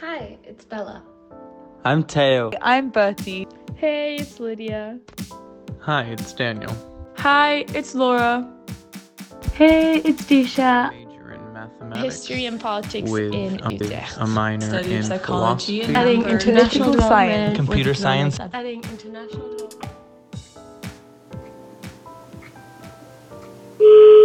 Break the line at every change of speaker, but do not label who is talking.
Hi, it's Bella.
I'm Teo.
I'm Bertie.
Hey, it's Lydia.
Hi, it's Daniel.
Hi, it's Laura.
Hey, it's Disha.
Major in mathematics.
History and politics
with
in
a,
Utrecht.
a minor
Study
in
psychology and
philosophy.
Adding
Number-
international
Political
development.
Computer
with
science.
economics. Adding international development.